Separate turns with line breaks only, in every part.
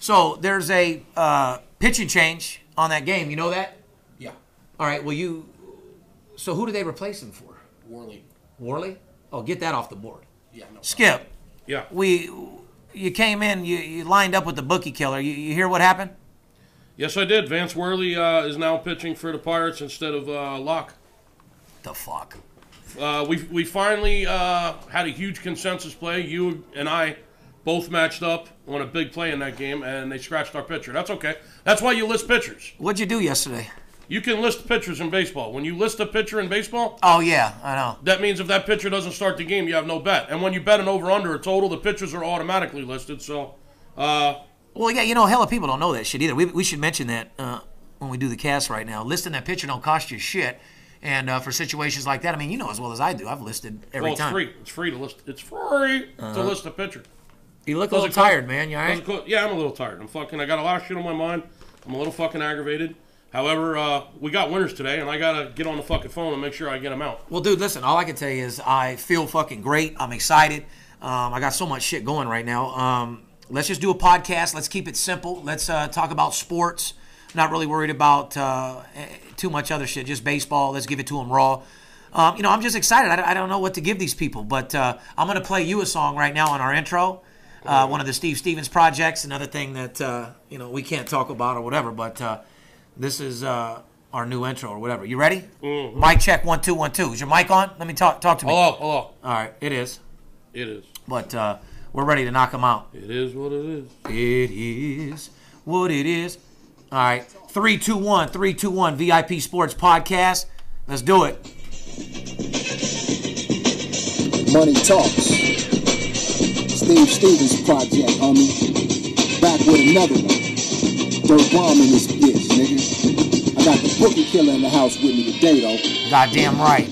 So there's a uh, pitching change on that game. You know that?
Yeah,
All right. Well, you. So who do they replace him for?
Worley.
Worley? Oh, get that off the board.
Yeah, no.
Skip,
Yeah.
we you came in, you, you lined up with the bookie killer. You, you hear what happened?
Yes, I did. Vance Worley uh, is now pitching for the Pirates instead of uh, Locke.
The fuck.
Uh, we we finally uh, had a huge consensus play. You and I both matched up on a big play in that game, and they scratched our pitcher. That's okay. That's why you list pitchers.
What'd you do yesterday?
You can list pitchers in baseball. When you list a pitcher in baseball,
Oh yeah, I know.
that means if that pitcher doesn't start the game, you have no bet. And when you bet an over under a total, the pitchers are automatically listed. So, uh,
Well, yeah, you know, hella people don't know that shit either. We, we should mention that uh, when we do the cast right now. Listing that picture don't cost you shit. And uh, for situations like that, I mean, you know as well as I do. I've listed every
well, it's
time. Uh-huh.
free. It's free to list. It's free to list a pitcher.
You look a little
Doesn't cost-
tired, man. You all
Doesn't
right?
co- Yeah, I'm a little tired. I'm fucking. I got a lot of shit on my mind. I'm a little fucking aggravated. However, uh, we got winners today, and I gotta get on the fucking phone and make sure I get them out.
Well, dude, listen. All I can tell you is I feel fucking great. I'm excited. Um, I got so much shit going right now. Um, let's just do a podcast. Let's keep it simple. Let's uh, talk about sports. Not really worried about uh, eh, too much other shit. Just baseball. Let's give it to them raw. Um, you know, I'm just excited. I, don't- I don't know what to give these people, but uh, I'm gonna play you a song right now on our intro. Uh, one of the Steve Stevens projects. Another thing that uh, you know we can't talk about or whatever. But uh, this is uh, our new intro or whatever. You ready? Mic check one two one two. Is your mic on? Let me talk talk to me.
Hello, hello.
All right, it is.
It is.
But uh, we're ready to knock them out.
It is what it is.
It is what it is. All right, three two one three two one VIP Sports Podcast. Let's do it.
Money Talks. Steve Stevens Project, homie. Back with another one. Dirt bomb in this bitch, nigga. I got the bookie killer in the house with me today, though.
Goddamn right.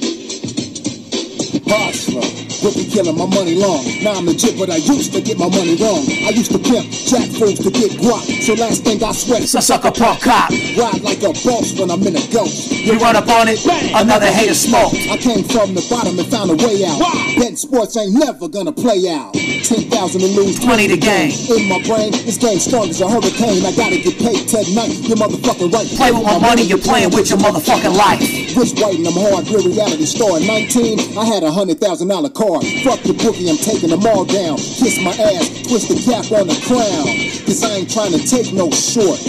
Hustler. Bookie killer, my money long. Now I'm legit, but I used to get my money wrong. I used to pimp jack fools to get guap. So last thing I sweat,
It's a sucker punk cop.
ride like a boss when I'm in a ghost.
You run up on it, another hater smoke.
I came from the bottom and found a way out. Betting sports ain't never gonna play out. 10,000 to lose,
20 to gain.
In my brain, this game's strong as a hurricane. I gotta get paid tonight. You're motherfucking right.
Play with my money, you're playing with your motherfucking life.
Rich white and I'm hard, real reality star. At 19, I had a hundred thousand dollar car. Fuck the bookie, I'm taking them all down. Kiss my ass, twist the cap on the crown. Cause I ain't trying to take no short.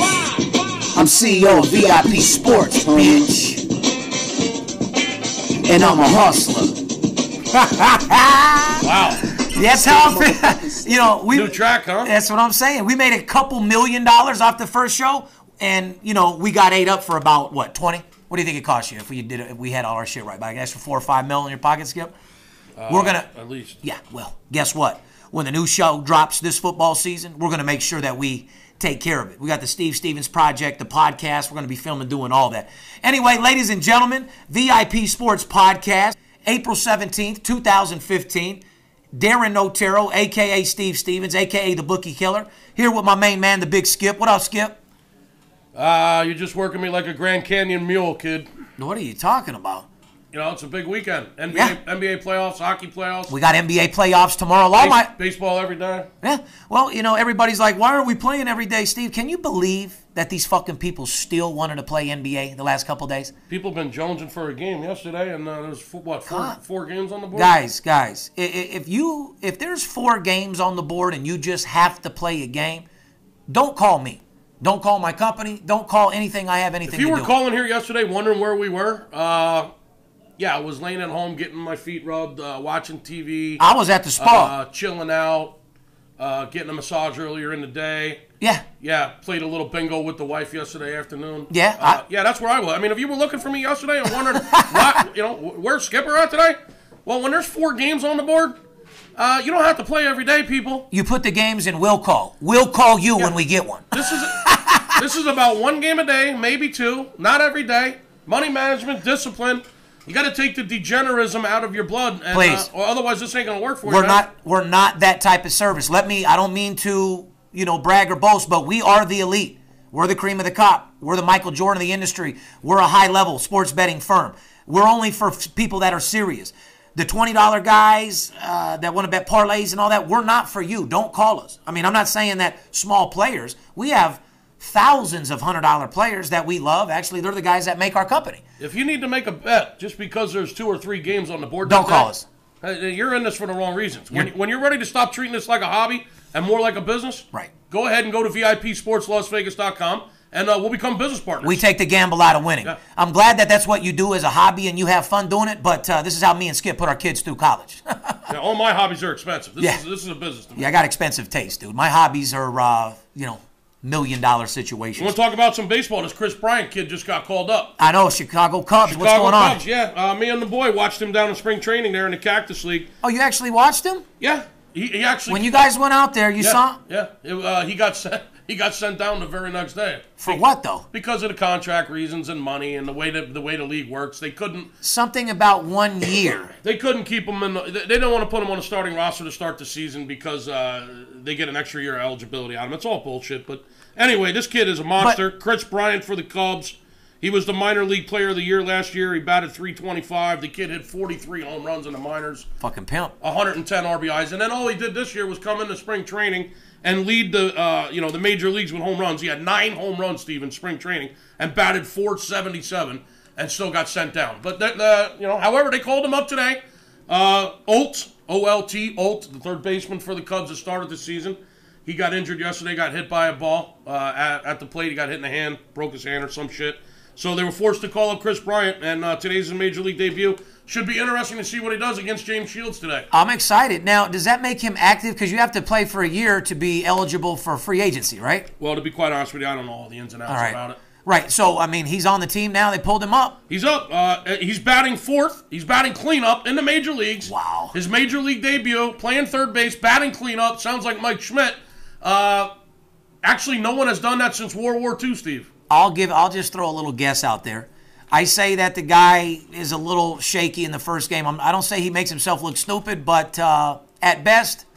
I'm CEO E of VIP Sports, bitch. And I'm a hustler.
Wow.
That's how I feel. You know, we
New track, huh?
That's what I'm saying. We made a couple million dollars off the first show, and you know, we got ate up for about what twenty. What do you think it cost you if we did if we had all our shit right? Like an extra four or five mil in your pocket, Skip. we're gonna
At least.
yeah, well, guess what? When the new show drops this football season, we're going to make sure that we take care of it. We got the Steve Stevens Project, the podcast. We're going to be filming, doing all that. Anyway, ladies and gentlemen, VIP Sports Podcast, April 17th, 2015. Darren Otero, a.k.a. Steve Stevens, a.k.a. the Bookie Killer, here with my main man, the Big Skip. What up, Skip?
Uh, you're just working me like a Grand Canyon mule, kid.
What are you talking about?
You know, it's a big weekend. NBA,
Yeah.
NBA playoffs, hockey playoffs,
We got NBA playoffs tomorrow. All my,
base- baseball every day.
Yeah. Well, you know, everybody's like, why aren't we playing every day, Steve? Can you believe that these fucking people still wanted to play NBA the last couple days?
People been jonesing for a game yesterday, and uh, there's fo- what four,
God.
four games on the board.
Guys, guys, i- i- if you if there's four games on the board and you just have to play a game, don't call me. Don't call my company. Don't call anything I have anything
If you
to
were
do.
calling here yesterday, wondering where we were, uh, yeah, I was laying at home, getting my feet rubbed, uh, watching TV,
I was at the spa.
uh, chilling out, uh, getting a massage earlier in the day.
yeah.
Yeah, played a little bingo with the wife yesterday afternoon.
Yeah,
uh,
I-
yeah, that's where I was. I mean, if you were looking for me yesterday and wondering, why, you know, wh- where's Skipper at today? Well, when there's four games on the board, uh, you don't have to play every day, people.
You put the games in we'll call. We'll call you when we get one.
This is this is about one game a day, maybe two, not every day. Money management, discipline. You got to take the degenerism out of your blood, and,
Please.
Uh, or otherwise this ain't gonna work for you.
We're
man.
not we're not that type of service. Let me I don't mean to, you know, brag or boast, but we are the elite. We're the cream of the crop. We're the Michael Jordan of the industry. We're a high level sports betting firm. We're only for f- people that are serious. the $20 guys uh, that want to bet parlays and all that, we're not for you. Don't call us. I mean, I'm not saying that small players, we have thousands of $100 players that we love. Actually, they're the guys that make our company.
If you need to make a bet just because there's two or three games on the board,
Don't
that
call
day,
us.
uh, You're in this for the wrong reasons. When, when you're ready to stop treating this like a hobby and more like a business,
Right.
Go ahead and go to VIPSportsLasVegas.com and uh, we'll become business partners.
We take the gamble out of winning. I'm glad that that's what you do as a hobby and you have fun doing it, but uh, this is how me and Skip put our kids through college.
Yeah, all my hobbies are expensive. This
Yeah.
is this is a business. To me.
yeah, I got expensive taste, dude. My hobbies are, uh, you know, million dollar situations.
You want to talk about some baseball? This Chris Bryant kid just got called up.
I know Chicago Cubs. What's
Chicago
going on?
Cubs, yeah. Uh, me and the boy watched him down in spring training there in the Cactus League.
Oh, you actually watched him?
Yeah, he, he actually.
When you guys went out there, you
yeah,
saw
Yeah, It, uh, he got sent. He got sent down the very next day
for what though?
because of the contract reasons and money and the way that the way the league works. They couldn't.
Something about one year.
They couldn't keep him in. The, they- they don't want to put him on a starting roster to start the season because uh, they get an extra year of eligibility out of him. It's all bullshit. But anyway, this kid is a monster. Chris Bryant for the Cubs. He was the minor league player of the year last year. He batted 325. The kid hit 43 home runs in the minors,
Fucking pimp.
110 RBIs, and then all he did this year was come into spring training and lead the uh, you know the major leagues with home runs. He had nine home runs, Steve, in spring training, and batted 477, and still got sent down. But that, uh, you know, however, they called him up today. Uh, Olt, O L T, Olt, the third baseman for the Cubs that started the season. He got injured yesterday, got hit by a ball uh, at, at the plate. He got hit in the hand, broke his hand or some shit. So they were forced to call up Chris Bryant, and uh, today's his major league debut. Should be interesting to see what he does against James Shields today.
I'm excited. Now, does that make him active? Because you have to play for a year to be eligible for free agency, right?
Well, to be quite honest with you, I don't know all the ins and outs
All right.
about it.
Right. So, I mean, he's on the team now. They pulled him up.
He's up. Uh, he's batting fourth. He's batting cleanup in the major leagues.
Wow.
His major league debut, playing third base, batting cleanup. Sounds like Mike Schmidt. Uh, actually, no one has done that since World War II, Steve.
I'll give. I'll just throw a little guess out there. I say that the guy is a little shaky in the first game. I'm, I don't say he makes himself look stupid, but uh, at best,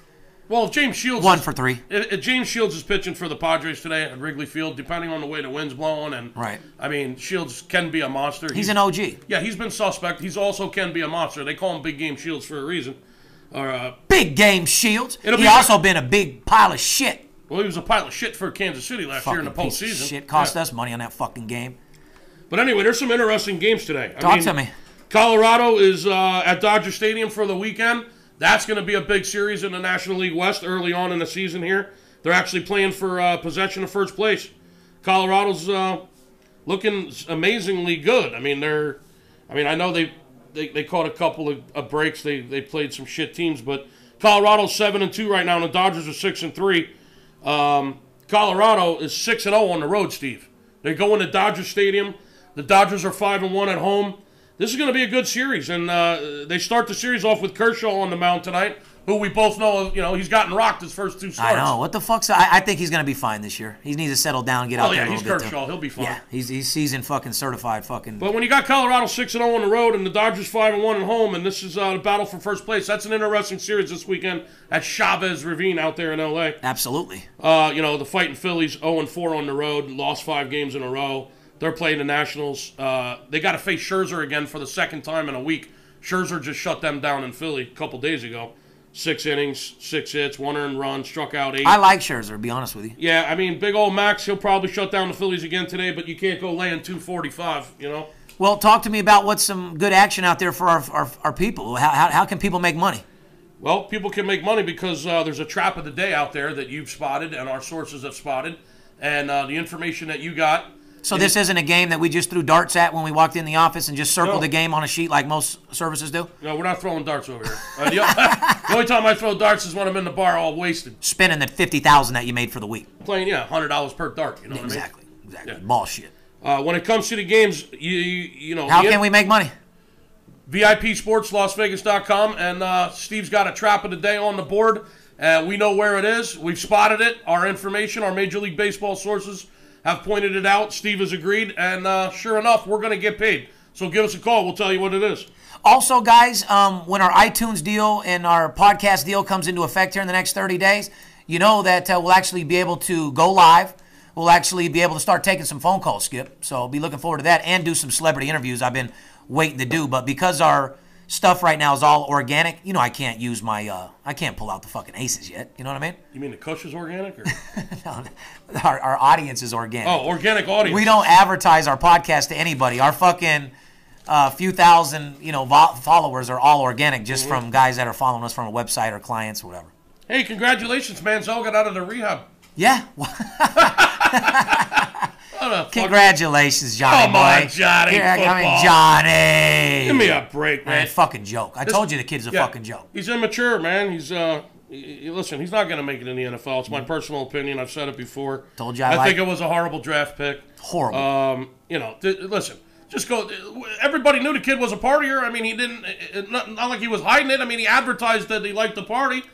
Well, if James Shields
one
is-
for three.
If, if James Shields is pitching for the Padres today at Wrigley Field, depending on the way the wind's blowing, and
Right.
I mean, Shields can be a monster.
He's an OG.
yeah, he's been suspect. He's also can be a monster. They call him Big Game Shields for a reason. Or uh,
Big game Shields.
It'll
he
be-
also been a big pile of shit.
Well, he was a pile of shit for Kansas City last year in the
Fucking piece of
postseason.
Shit cost
Yeah.
us money on that fucking game.
But anyway, there's some interesting games today. I
Talk
mean,
to me.
Colorado is uh, at Dodger Stadium for the weekend. That's going to be a big series in the National League West early on in the season here. They're actually playing for uh, possession of first place. Colorado's uh, looking amazingly good. I mean, they're. I mean, I know they they, they caught a couple of, of breaks. They they played some shit teams, but Colorado's seven and two right now, and the Dodgers are six and three. Um, Colorado is six and zero on the road, Steve. They go into Dodger Stadium. The Dodgers are five and one at home. This is going to be a good series, and uh, they start the series off with Kershaw on the mound tonight, who we both know. You know, he's gotten rocked his first two
I
starts.
know. What the fuck's? I, I think he's gonna be fine this year. He needs to settle down, get
Oh
out
yeah,
there a
he's
little bit. too.
Kershaw. He'll be fine.
Yeah, he's he's season fucking certified fucking.
But when you got Colorado six and zero on the road and the Dodgers five and one at home, and this is uh, the battle for first place, that's an interesting series this weekend at Chavez Ravine out there in L.A.
absolutely.
Uh, you know the fighting Phillies zero oh and four on the road, lost five games in a row. They're playing the Nationals. Uh, they got to face Scherzer again for the second time in a week. Scherzer just shut them down in Philly a couple days ago. Six innings, six hits, one earned run, struck out eight.
I like Scherzer. to Be honest with you.
yeah, I mean, big old Max, he'll probably shut down the Phillies again today, but you can't go laying 245, you know?
Well, talk to me about what's some good action out there for our our, our people. How, how how can people make money?
Well, people can make money because uh, there's a trap of the day out there that you've spotted and our sources have spotted, and uh, the information that you got.
So this isn't a game that we just threw darts at when we walked in the office and just circled
No.
the game on a sheet like most services do.
No, we're not throwing darts over here. Uh, the, the only time I throw darts is when I'm in the bar all wasted,
Spending the fifty thousand that you made for the week.
playing yeah, hundred dollars per dart. You know what
Exactly. Exactly. Bullshit.
I mean? Uh, when it comes to the games, you you, you know
How
the-
can we make money?
VIPSportsLasVegas.com, and uh, Steve's got a trap of the day on the board. Uh, we know where it is. We've spotted it. Our information, our Major League Baseball sources have pointed it out. Steve has agreed, and uh, sure enough, we're going to get paid. So give us a call. We'll tell you what it is.
Also, guys, um, when our iTunes deal and our podcast deal comes into effect here in the next 30 days, you know that uh, we'll actually be able to go live. We'll actually be able to start taking some phone calls, Skip. So be looking forward to that and do some celebrity interviews I've been waiting to do. But because our stuff right now is all organic. You know, I can't use my, uh, I can't pull out the fucking aces yet. You know what I mean?
You mean the Kush is organic? Or?
No, our, our audience is organic.
oh, organic audience.
We don't advertise our podcast to anybody. Our fucking uh, few thousand, you know, vo- followers are all organic, just
Mm-hmm.
from guys that are following us from a website or clients or whatever.
Hey, congratulations, Manziel got out of the rehab.
Yeah.
What a fuck-
Congratulations, Johnny.
Come on,
boy.
Johnny,
Here, I mean,
football.
Johnny.
Give me a break,
Man,
man.
fucking joke. I told you the kid's a
Yeah.
fucking joke.
He's immature, man. He's uh, he- he- listen, he's not going to make it in the NFL. It's my personal opinion. I've said it before.
Mm. Told you I like-
think it was a horrible draft pick.
Horrible.
Um, you know, th- listen, just go. Everybody knew the kid was a partier. I mean, he didn't. It, not, not like he was hiding it. I mean, he advertised that he liked to party.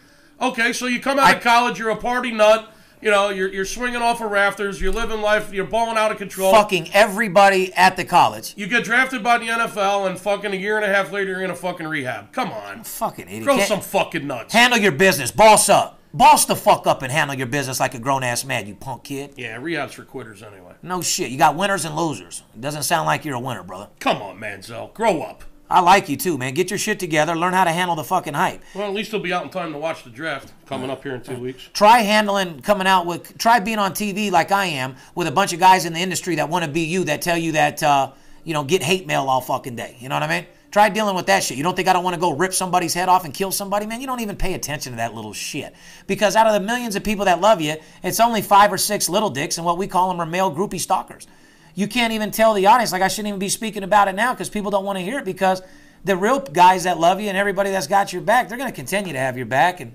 Okay, so you come out
I-
of college, you're a party nut. You know, you're, you're swinging off of rafters. You're living life. You're balling out of control.
fucking everybody at the college.
You get drafted by the NFL, and fucking a year and a half later, you're in a fucking rehab. Come on,
Fucking idiot.
throw
Can't-
some fucking nuts.
handle your business. Boss up. Boss the fuck up and handle your business like a grown ass man, you punk kid.
Yeah, rehab's for quitters anyway.
No shit. You got winners and losers. It doesn't sound like you're a winner, brother.
Come on, Manziel, grow up.
I like you too, man. Get your shit together. Learn how to handle the fucking hype.
Well, at least he'll be out in time to watch the draft coming up here in two weeks.
Try handling, coming out with, try being on TV like I am with a bunch of guys in the industry that want to be you that tell you that, uh, you know, get hate mail all fucking day. You know what I mean? Try dealing with that shit. You don't think I don't want to go rip somebody's head off and kill somebody, man? You don't even pay attention to that little shit. Because out of the millions of people that love you, it's only five or six little dicks, and what we call them are male groupie stalkers. You can't even tell the audience, like, I shouldn't even be speaking about it now because people don't want to hear it because the real guys that love you and everybody that's got your back, they're going to continue to have your back. And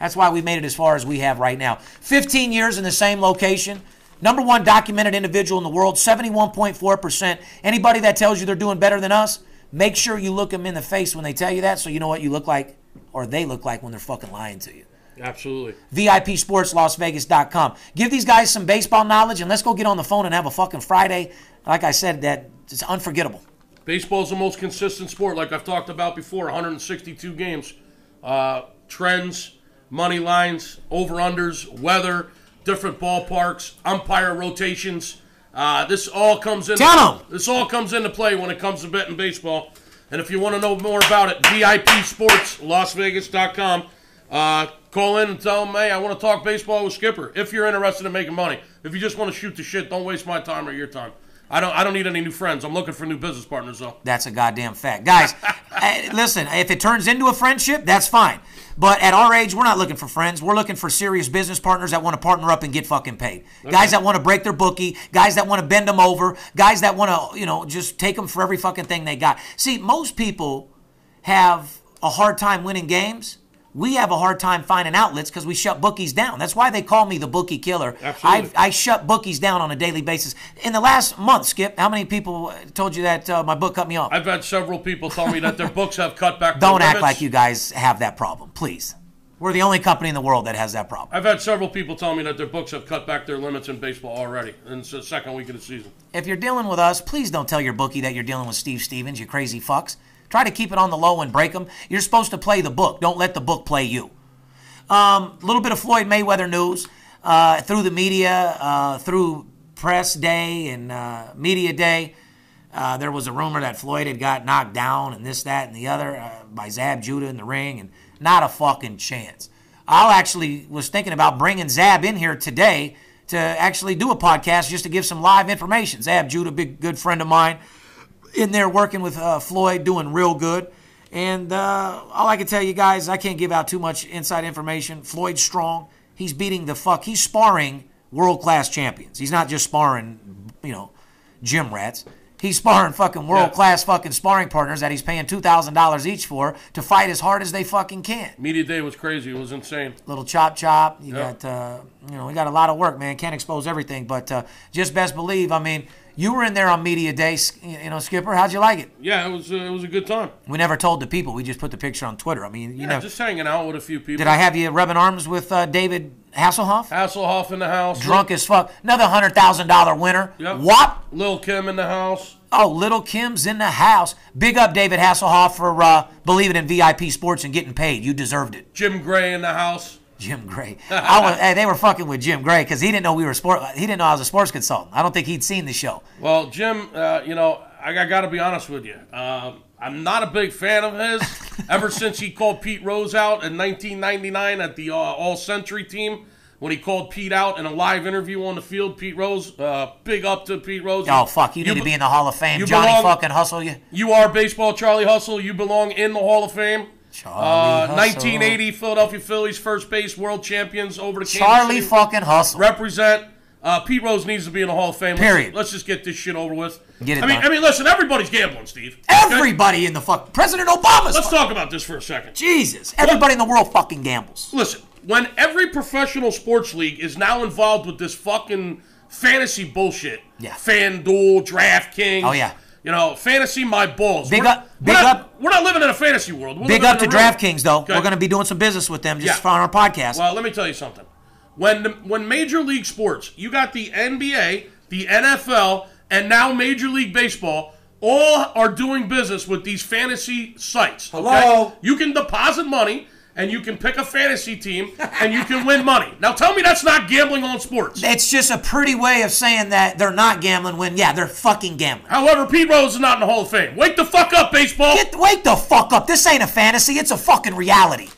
that's why we made it as far as we have right now. 15 years in the same location. Number one documented individual in the world, 71.4%. Anybody that tells you they're doing better than us, make sure you look them in the face when they tell you that so you know what you look like or they look like when they're fucking lying to you.
Absolutely.
VIPSportsLasVegas.com. Give these guys some baseball knowledge and let's go get on the phone and have a fucking Friday. Like I said, that it's unforgettable.
Baseball's the most consistent sport, like I've talked about before 162 games. Uh, trends, money lines, over unders, weather, different ballparks, umpire rotations. Uh, this all comes in.
Tell 'em.
This all comes into play when it comes to betting baseball. And if you want to know more about it, VIPSportsLasVegas.com. Uh, call in and tell them, hey, I want to talk baseball with Skipper. If you're interested in making money, if you just want to shoot the shit, don't waste my time or your time. I don't. I don't need any new friends. I'm looking for new business partners though.
That's a goddamn fact. Guys, eh, listen, if it turns into a friendship, that's fine. But at our age, we're not looking for friends. We're looking for serious business partners that want to partner up and get fucking paid. Guys that want to break their bookie, guys that want to bend them over, guys that want to, you know, just take them for every fucking thing they got. See, most people have a hard time winning games. We have a hard time finding outlets because we shut bookies down. That's why they call me the bookie killer.
Absolutely.
I, I shut bookies down on a daily basis. In the last month, Skip, how many people uh, told you that uh, my book cut me off?
I've had several people tell me that their books have cut back.
Don't
their
act
limits.
like you guys have that problem, please. We're the only company in the world that has that problem.
I've had several people tell me that their books have cut back their limits in baseball already, and it's the second week of the season.
If you're dealing with us, please don't tell your bookie that you're dealing with Steve Stevens, you crazy fucks. Try to keep it on the low and break them. You're supposed to play the book. Don't let the book play you. Um, little bit of Floyd Mayweather news uh, through the media, uh, through press day and uh, media day. Uh, there was a rumor that Floyd had got knocked down and this, that, and the other uh, by Zab Judah in the ring, and not a fucking chance. I actually was thinking about bringing Zab in here today to actually do a podcast just to give some live information. Zab Judah, big good friend of mine, in there working with uh, Floyd, doing real good. And uh, all I can tell you guys, I can't give out too much inside information. Floyd's strong. He's beating the fuck. He's sparring world class champions. He's not just sparring, you know, gym rats. He's sparring fucking world class fucking sparring partners that he's paying two thousand dollars each for to fight as hard as they fucking can.
Media day was crazy. It was insane.
Little chop chop. You
Yeah.
got uh, you know we got a lot of work, man. Can't expose everything, but uh, just best believe. I mean, you were in there on media day, Sk- you know, Skipper. How'd you like it?
Yeah, it was. Uh, it was a good time.
We never told the people. We just put the picture on Twitter. I mean, you
Yeah,
know,
just hanging out with a few people.
did I have you rubbing arms with uh, David Hasselhoff?
Hasselhoff in the house.
Drunk as fuck. Another hundred thousand dollar winner.
Yep.
What?
Lil Kim in the house.
Oh, little Kim's in the house. Big up David Hasselhoff for uh, believing in VIP sports and getting paid. You deserved it,
Jim Gray in the house.
Jim Gray. I was, hey, they were fucking with Jim Gray because he didn't know we were sport. He didn't know I was a sports consultant. I don't think he'd seen the show.
Well, Jim, uh, you know, I, got to be honest with you. Um, I'm not a big fan of his. Ever since he called Pete Rose out in 1999 at the uh, All Century team, when he called Pete out in a live interview on the field, Pete Rose, uh, big up to Pete Rose.
Oh fuck, you, need to
be-
be in the Hall of Fame.
you
Johnny
belong-
fucking hustle you.
You are baseball Charlie Hustle. You belong in the Hall of Fame.
Charlie
uh,
Hustle.
1980 Philadelphia Phillies first base world champions over to Kansas
Charlie
City.
fucking hustle.
represent. Uh, Pete Rose needs to be in the Hall of Fame. Let's-
Period.
Let's, just get this shit over with.
Get it
I mean,
done.
I mean, listen, everybody's gambling, Steve. Okay?
Everybody in the fuck President Obama's
Let's
fuck-
talk about this for a second.
Jesus. Everybody in the world fucking gambles.
Listen, when every professional sports league is now involved with this fucking fantasy bullshit,
Yeah.
FanDuel, DraftKings.
Oh, yeah.
You know, fantasy my balls.
Big
we're,
up-
we're
big
not,
up-
We're not living in a fantasy world. We're
Big
living
up to
in a real-
DraftKings though.
Okay.
We're gonna be doing some business with them just
Yeah.
for on our podcast.
Well, let me tell you something. When the, when Major League Sports, you got the NBA, the NFL, and now Major League Baseball, all are doing business with these fantasy sites. okay?
Hello?
You can deposit money and you can pick a fantasy team and you can win money. Now tell me that's not gambling on sports.
it's just a pretty way of saying that they're not gambling when yeah, they're fucking gambling.
However, Pete Rose is not in the Hall of Fame. Wake the fuck up, baseball.
Get wake the fuck up. This ain't a fantasy, it's a fucking reality.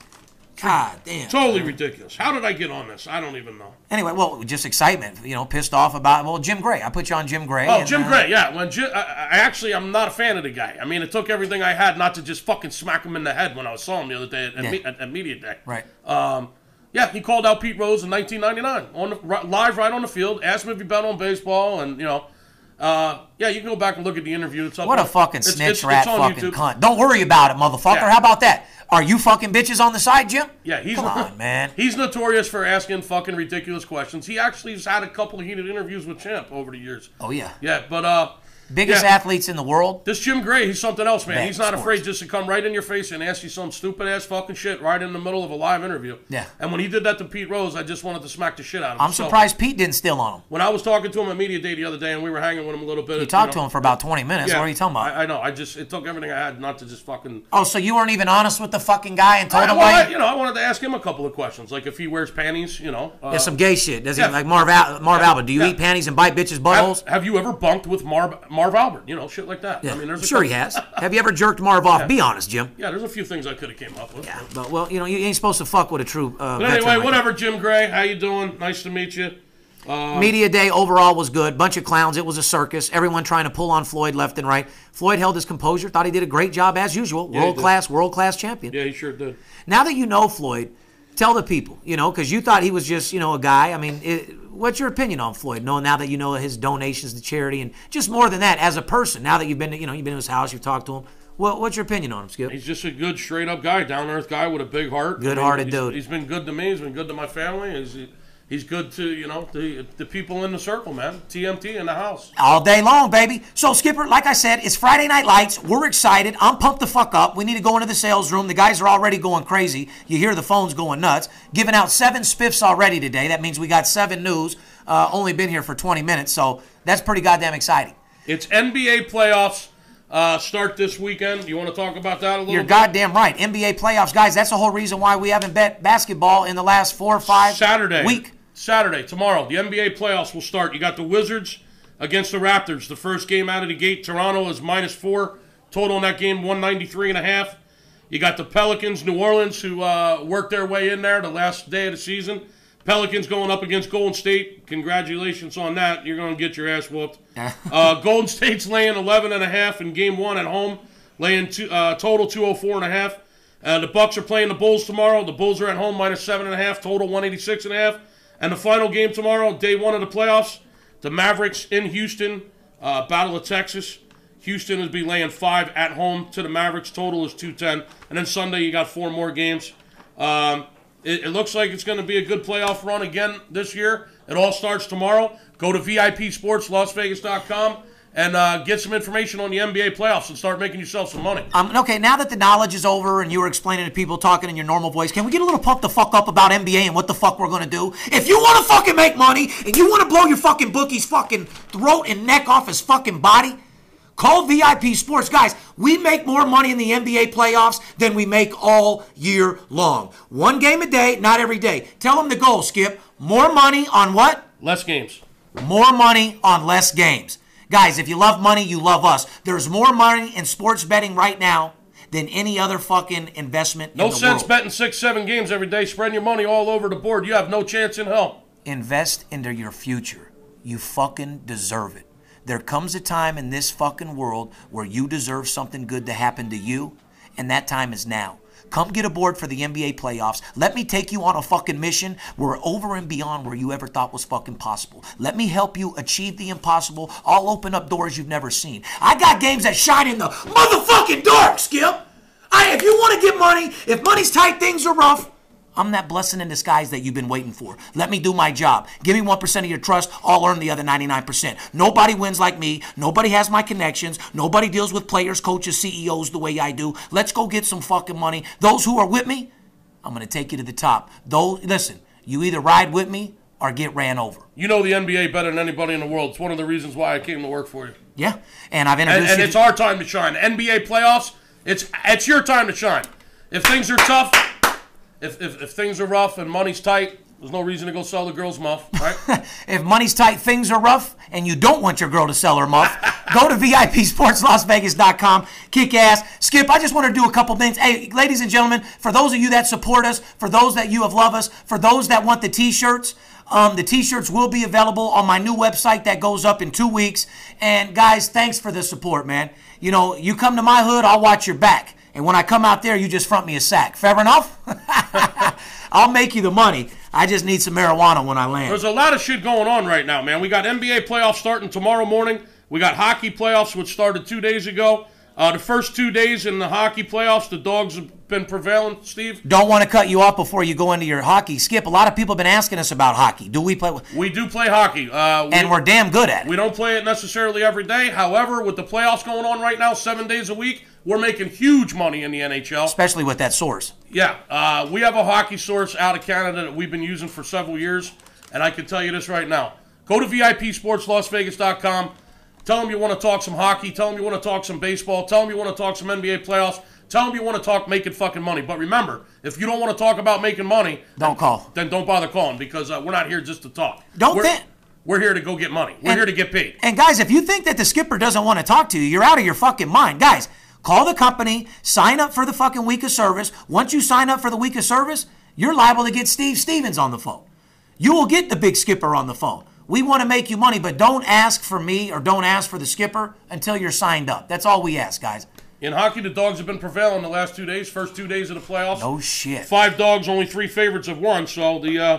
God damn.
totally ridiculous. How did I get on this? I don't even know.
Anyway, well, just excitement, you know, pissed off about well, Jim Gray. I put you on Jim Gray.
Oh,
and,
Jim
uh,
Gray, yeah. When Jim, I, I actually, I'm not a fan of the guy. I mean, it took everything I had not to just fucking smack him in the head when I saw him the other day at, at,
Yeah.
me, at, at media day.
Right.
Um, yeah, he called out Pete Rose in 1999 on the, ri- live right on the field. Asked him if he bet on baseball, and you know, uh, yeah, you can go back and look at the interview. It's up
What a
on-
fucking
it's-
snitch
it's-
rat
it's on
fucking
YouTube.
cunt. Don't worry about it, motherfucker.
Yeah.
How about that? Are you fucking bitches on the side, Jim?
Yeah, he's
Come on, man.
He's notorious for asking fucking ridiculous questions. He actually has had a couple of heated interviews with Champ over the years.
Oh yeah.
Yeah, but uh,
Biggest
yeah.
athletes in the world.
This Jim Gray, he's something else, man.
Man,
he's not
sports.
afraid just to come right in your face and ask you some stupid ass fucking shit right in the middle of a live interview.
Yeah.
And when he did that to Pete Rose, I just wanted to smack the shit out of him.
I'm
So,
surprised Pete didn't steal on him.
when I was talking to him at media day the other day, and we were hanging with him a little bit,
You talked to him for about 20 minutes. What are you talking about?
I, I know. I just it took everything I had not to just fucking.
oh, so you weren't even honest with the fucking guy and told
I,
him
well,
why?
I- you know, I wanted to ask him a couple of questions, like if he wears panties. You know, uh,
There's some gay shit. Does
yeah.
he like Marv Al- Marv Albert? Do you
yeah.
eat panties and bite bitches'
have,
buttholes?
have you ever bunked with Marv Marv Albert? You know, shit like that. I mean, there's a
sure he
couple-
has. Have you ever jerked Marv off? Be honest, Jim.
Yeah, there's a few things I could have came up with.
Yeah, but well, you know, you ain't supposed to fuck with a true. Uh,
But
veteran
anyway,
like that.
whatever, Jim Gray. How you doing? Nice to meet you.
Media day overall was good. Bunch of clowns. It was a circus. Everyone trying to pull on Floyd left and right. Floyd held his composure. Thought he did a great job as usual.
he
World class, world class champion.
Yeah, he sure did.
Now that you know Floyd, tell the people. You know, because you thought he was just you know a guy. I mean, it, what's your opinion on Floyd? Knowing now that you know his donations to charity and just more than that as a person. Now that you've been to, you know you've been to his house, you've talked to him. What, what's your opinion on him, Skip?
He's just a good, straight up guy, down to earth guy with a big heart.
Good-hearted
he's-
dude.
He's been good to me. He's been good to my family. He's he's good to you know the the people in the circle, man. TMT in the house.
All day long, baby. So, Skipper, like I said, it's Friday Night Lights. We're excited. I'm pumped the fuck up. We need to go into the sales room. The guys are already going crazy. You hear the phones going nuts. Giving out seven spiffs already today. That means we got seven news. Uh, only been here for 20 minutes, so that's pretty goddamn exciting.
It's NBA playoffs uh, start this weekend. You want to talk about that a little?
You're
bit?
goddamn right. NBA playoffs, guys. That's the whole reason why we haven't bet basketball in the last four or five
Saturday
week.
Saturday tomorrow, the NBA playoffs will start. You got the Wizards against the Raptors. The first game out of the gate, Toronto is minus four total in that game, one ninety three and a half. You got the Pelicans, New Orleans, who uh, worked their way in there the last day of the season. Pelicans going up against Golden State. Congratulations on that. You're going to get your ass whooped. uh, Golden State's laying 11 and a half in game one at home, laying two, uh, total 204 and a half. Uh, the Bucks are playing the Bulls tomorrow. The Bulls are at home minus seven and a half, total 186 and a half. And the final game tomorrow, day one of the playoffs, the Mavericks in Houston, uh, Battle of Texas. Houston is be laying five at home to the Mavericks. Total is 210. And then Sunday, you got four more games. Um, it, it looks like it's going to be a good playoff run again this year. It all starts tomorrow. Go to VIPSportsLasVegas.com and uh, get some information on the NBA playoffs and start making yourself some money.
Um, okay, now that the knowledge is over and you were explaining to people talking in your normal voice, can we get a little pumped the fuck up about NBA and what the fuck we're gonna do? If you wanna fucking make money and you wanna blow your fucking bookie's fucking throat and neck off his fucking body, call VIP Sports. Guys, we make more money in the NBA playoffs than we make all year long. One game a day, not every day. Tell them the goal, Skip. More money on what?
Less games.
More money on less games. Guys, if you love money, you love us. There's more money in sports betting right now than any other fucking investment
No
in the
sense
world.
betting six, seven games every day, spreading your money all over the board. You have no chance in hell.
Invest into your future. You fucking deserve it. There comes a time in this fucking world where you deserve something good to happen to you, and that time is now. Come get aboard for the NBA playoffs. Let me take you on a fucking mission. We're over and beyond where you ever thought was fucking possible. Let me help you achieve the impossible. I'll open up doors you've never seen. I got games that shine in the motherfucking dark, Skip. I, if you want to get money, if money's tight, things are rough. I'm that blessing in disguise that you've been waiting for. Let me do my job. Give me 1% of your trust, I'll earn the other 99%. Nobody wins like me. Nobody has my connections. Nobody deals with players, coaches, CEOs the way I do. Let's go get some fucking money. Those who are with me, I'm going to take you to the top. Those listen, you either ride with me or get ran over.
You know the NBA better than anybody in the world. It's one of the reasons why I came to work for you.
Yeah. And I've
And,
introduced
and
you
it's
to-
our time to shine. NBA playoffs, it's it's your time to shine. If things are tough, if, if, if things are rough and money's tight, there's no reason to go sell the girl's muff, right?
If money's tight, things are rough, and you don't want your girl to sell her muff, go to VIPSportsLasVegas.com. Kick ass. Skip, I just want to do a couple things. Hey, ladies and gentlemen, for those of you that support us, for those that you have loved us, for those that want the t shirts, um, the t shirts will be available on my new website that goes up in two weeks. And guys, thanks for the support, man. You know, you come to my hood, I'll watch your back. And when I come out there, you just front me a sack. Fair enough? I'll make you the money. I just need some marijuana when I land.
There's a lot of shit going on right now, man. We got NBA playoffs starting tomorrow morning. We got hockey playoffs, which started two days ago. Uh, the first two days in the hockey playoffs, the dogs have been prevailing, Steve.
Don't want to cut you off before you go into your hockey. Skip, a lot of people have been asking us about hockey. Do we play?
We do play hockey. Uh, we,
And we're damn good at it.
we don't play it necessarily every day. However, with the playoffs going on right now, seven days a week, we're making huge money in the NHL.
Especially with that source.
Yeah, uh, we have a hockey source out of Canada that we've been using for several years, and I can tell you this right now. Go to VIPSportsLasVegas.com. Tell them you want to talk some hockey. Tell them you want to talk some baseball. Tell them you want to talk some NBA playoffs. Tell them you want to talk making fucking money. But remember, if you don't want to talk about making money,
Don't call.
then don't bother calling because uh, we're not here just to talk.
Don't
we're,
think-
We're here to go get money. We're
And-
here to get paid.
And guys, if you think that the skipper doesn't want to talk to you, you're out of your fucking mind. Guys, call the company, sign up for the fucking week of service. Once you sign up for the week of service, you're liable to get Steve Stevens on the phone. You will get the big skipper on the phone. We want to make you money, but don't ask for me or don't ask for the skipper until you're signed up. That's all we ask, guys.
In hockey, the dogs have been prevailing the last two days, first two days of the playoffs.
No shit.
five dogs, only three favorites have won. So the uh,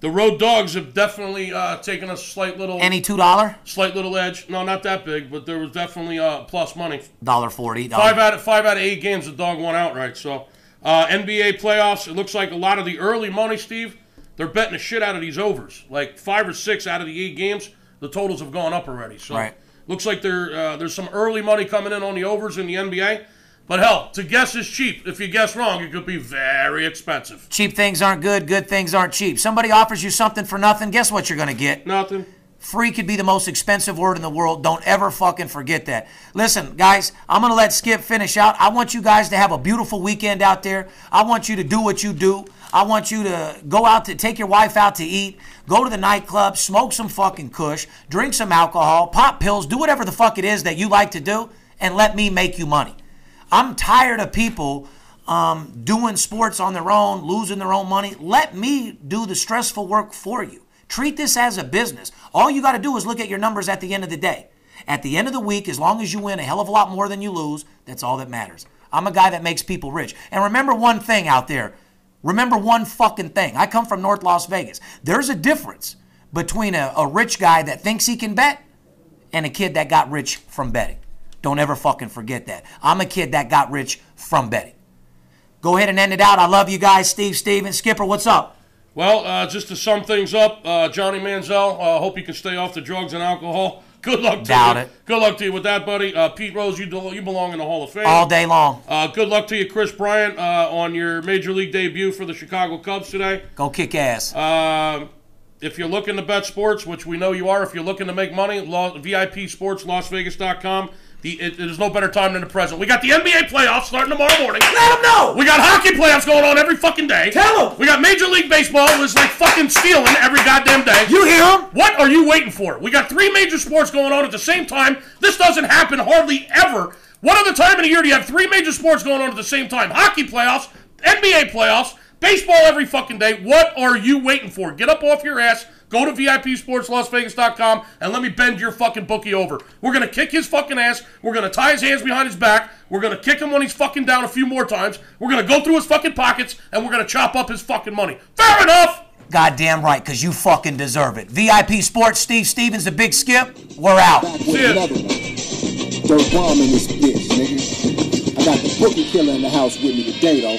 the road dogs have definitely uh, taken a slight little
Any two dollar?
slight little edge. No, not that big, but there was definitely uh, plus money.
Dollar forty. dollar-
Five out of five out of eight games, the dog won outright. So uh, NBA playoffs, it looks like a lot of the early money, Steve. They're betting the shit out of these overs. Like five or six out of the eight games, the totals have gone up already. So
Right.
looks like there uh, there's some early money coming in on the overs in the NBA. But hell, to guess is cheap. If you guess wrong, it could be very expensive.
Cheap things aren't good, good things aren't cheap. Somebody offers you something for nothing, guess what you're going to get?
Nothing.
Free could be the most expensive word in the world. Don't ever fucking forget that. Listen, guys, I'm going to let Skip finish out. I want you guys to have a beautiful weekend out there. I want you to do what you do. I want you to go out to take your wife out to eat, go to the nightclub, smoke some fucking kush, drink some alcohol, pop pills, do whatever the fuck it is that you like to do, and let me make you money. I'm tired of people um, doing sports on their own, losing their own money. Let me do the stressful work for you. Treat this as a business. All you got to do is look at your numbers at the end of the day. At the end of the week, as long as you win a hell of a lot more than you lose, that's all that matters. I'm a guy that makes people rich. And remember one thing out there remember one fucking thing. I come from North Las Vegas. There's a difference between a, a rich guy that thinks he can bet and a kid that got rich from betting. Don't ever fucking forget that. I'm a kid that got rich from betting. Go ahead and end it out. I love you guys. Steve, Stevens, Skipper, what's up?
Well, uh, just to sum things up, uh, Johnny Manziel, uh, hope you can stay off the drugs and alcohol. Good luck to
Doubt
you.
it.
Good luck to you with that, buddy. Uh, Pete Rose, you, del- you belong in the Hall of Fame.
All day long.
Uh, good luck to you, Chris Bryant, uh, on your Major League debut for the Chicago Cubs today.
Go kick ass.
Um, if you're looking to bet sports, which we know you are, if you're looking to make money, lo- VIPSportsLasVegas.com. The, it, there's no better time than the present. We got the NBA playoffs starting tomorrow morning.
Let 'em know.
We got hockey playoffs going on every fucking day.
Tell 'em.
We got Major League Baseball is like fucking stealing every goddamn day.
You hear him?
What are you waiting for? We got three major sports going on at the same time. This doesn't happen hardly ever. What other time in the year do you have three major sports going on at the same time? Hockey playoffs, NBA playoffs, baseball every fucking day. What are you waiting for? Get up off your ass. Go to VIPSportsLasVegas.com and let me bend your fucking bookie over. We're going to kick his fucking ass. We're going to tie his hands behind his back. We're going to kick him when he's fucking down a few more times. We're going to go through his fucking pockets and we're going to chop up his fucking money. Fair enough!
Goddamn right, because you fucking deserve it. VIP Sports, Steve Stevens, the Big Skip, we're out.
Back with another one. Dirt bomb in this bitch, nigga. I got the bookie killer in the house with me today, though.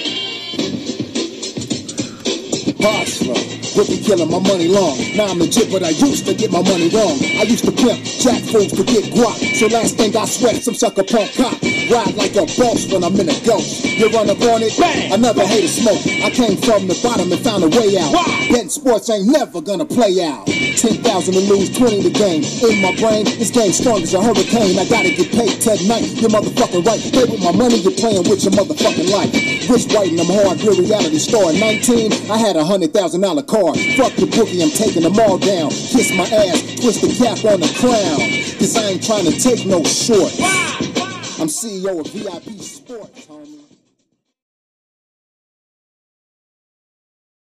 Hard slow. Bookie killer, my money long. Now I'm legit, but I used to get my money wrong. I used to pimp, jack fools to get guap. So last thing I sweat, some sucker punk cop. Ride like a boss when I'm in a ghost. You run up on it, bang. Another hater smoke. I came from the bottom and found a way out. Betting sports ain't never gonna play out. 10,000 to lose, 20 to gain. In my brain, this game strong as a hurricane. I gotta get paid tonight. You're motherfucking right. Play with my money, you're playing with your motherfucking life. Rich white and I'm hard, real reality star. At 19, I had a hundred thousand dollar car. Fuck the bookie, I'm taking them all down. Kiss my ass, twist the cap on the crown. Cause I ain't trying to take no short. I'm CEO E of VIP Sports.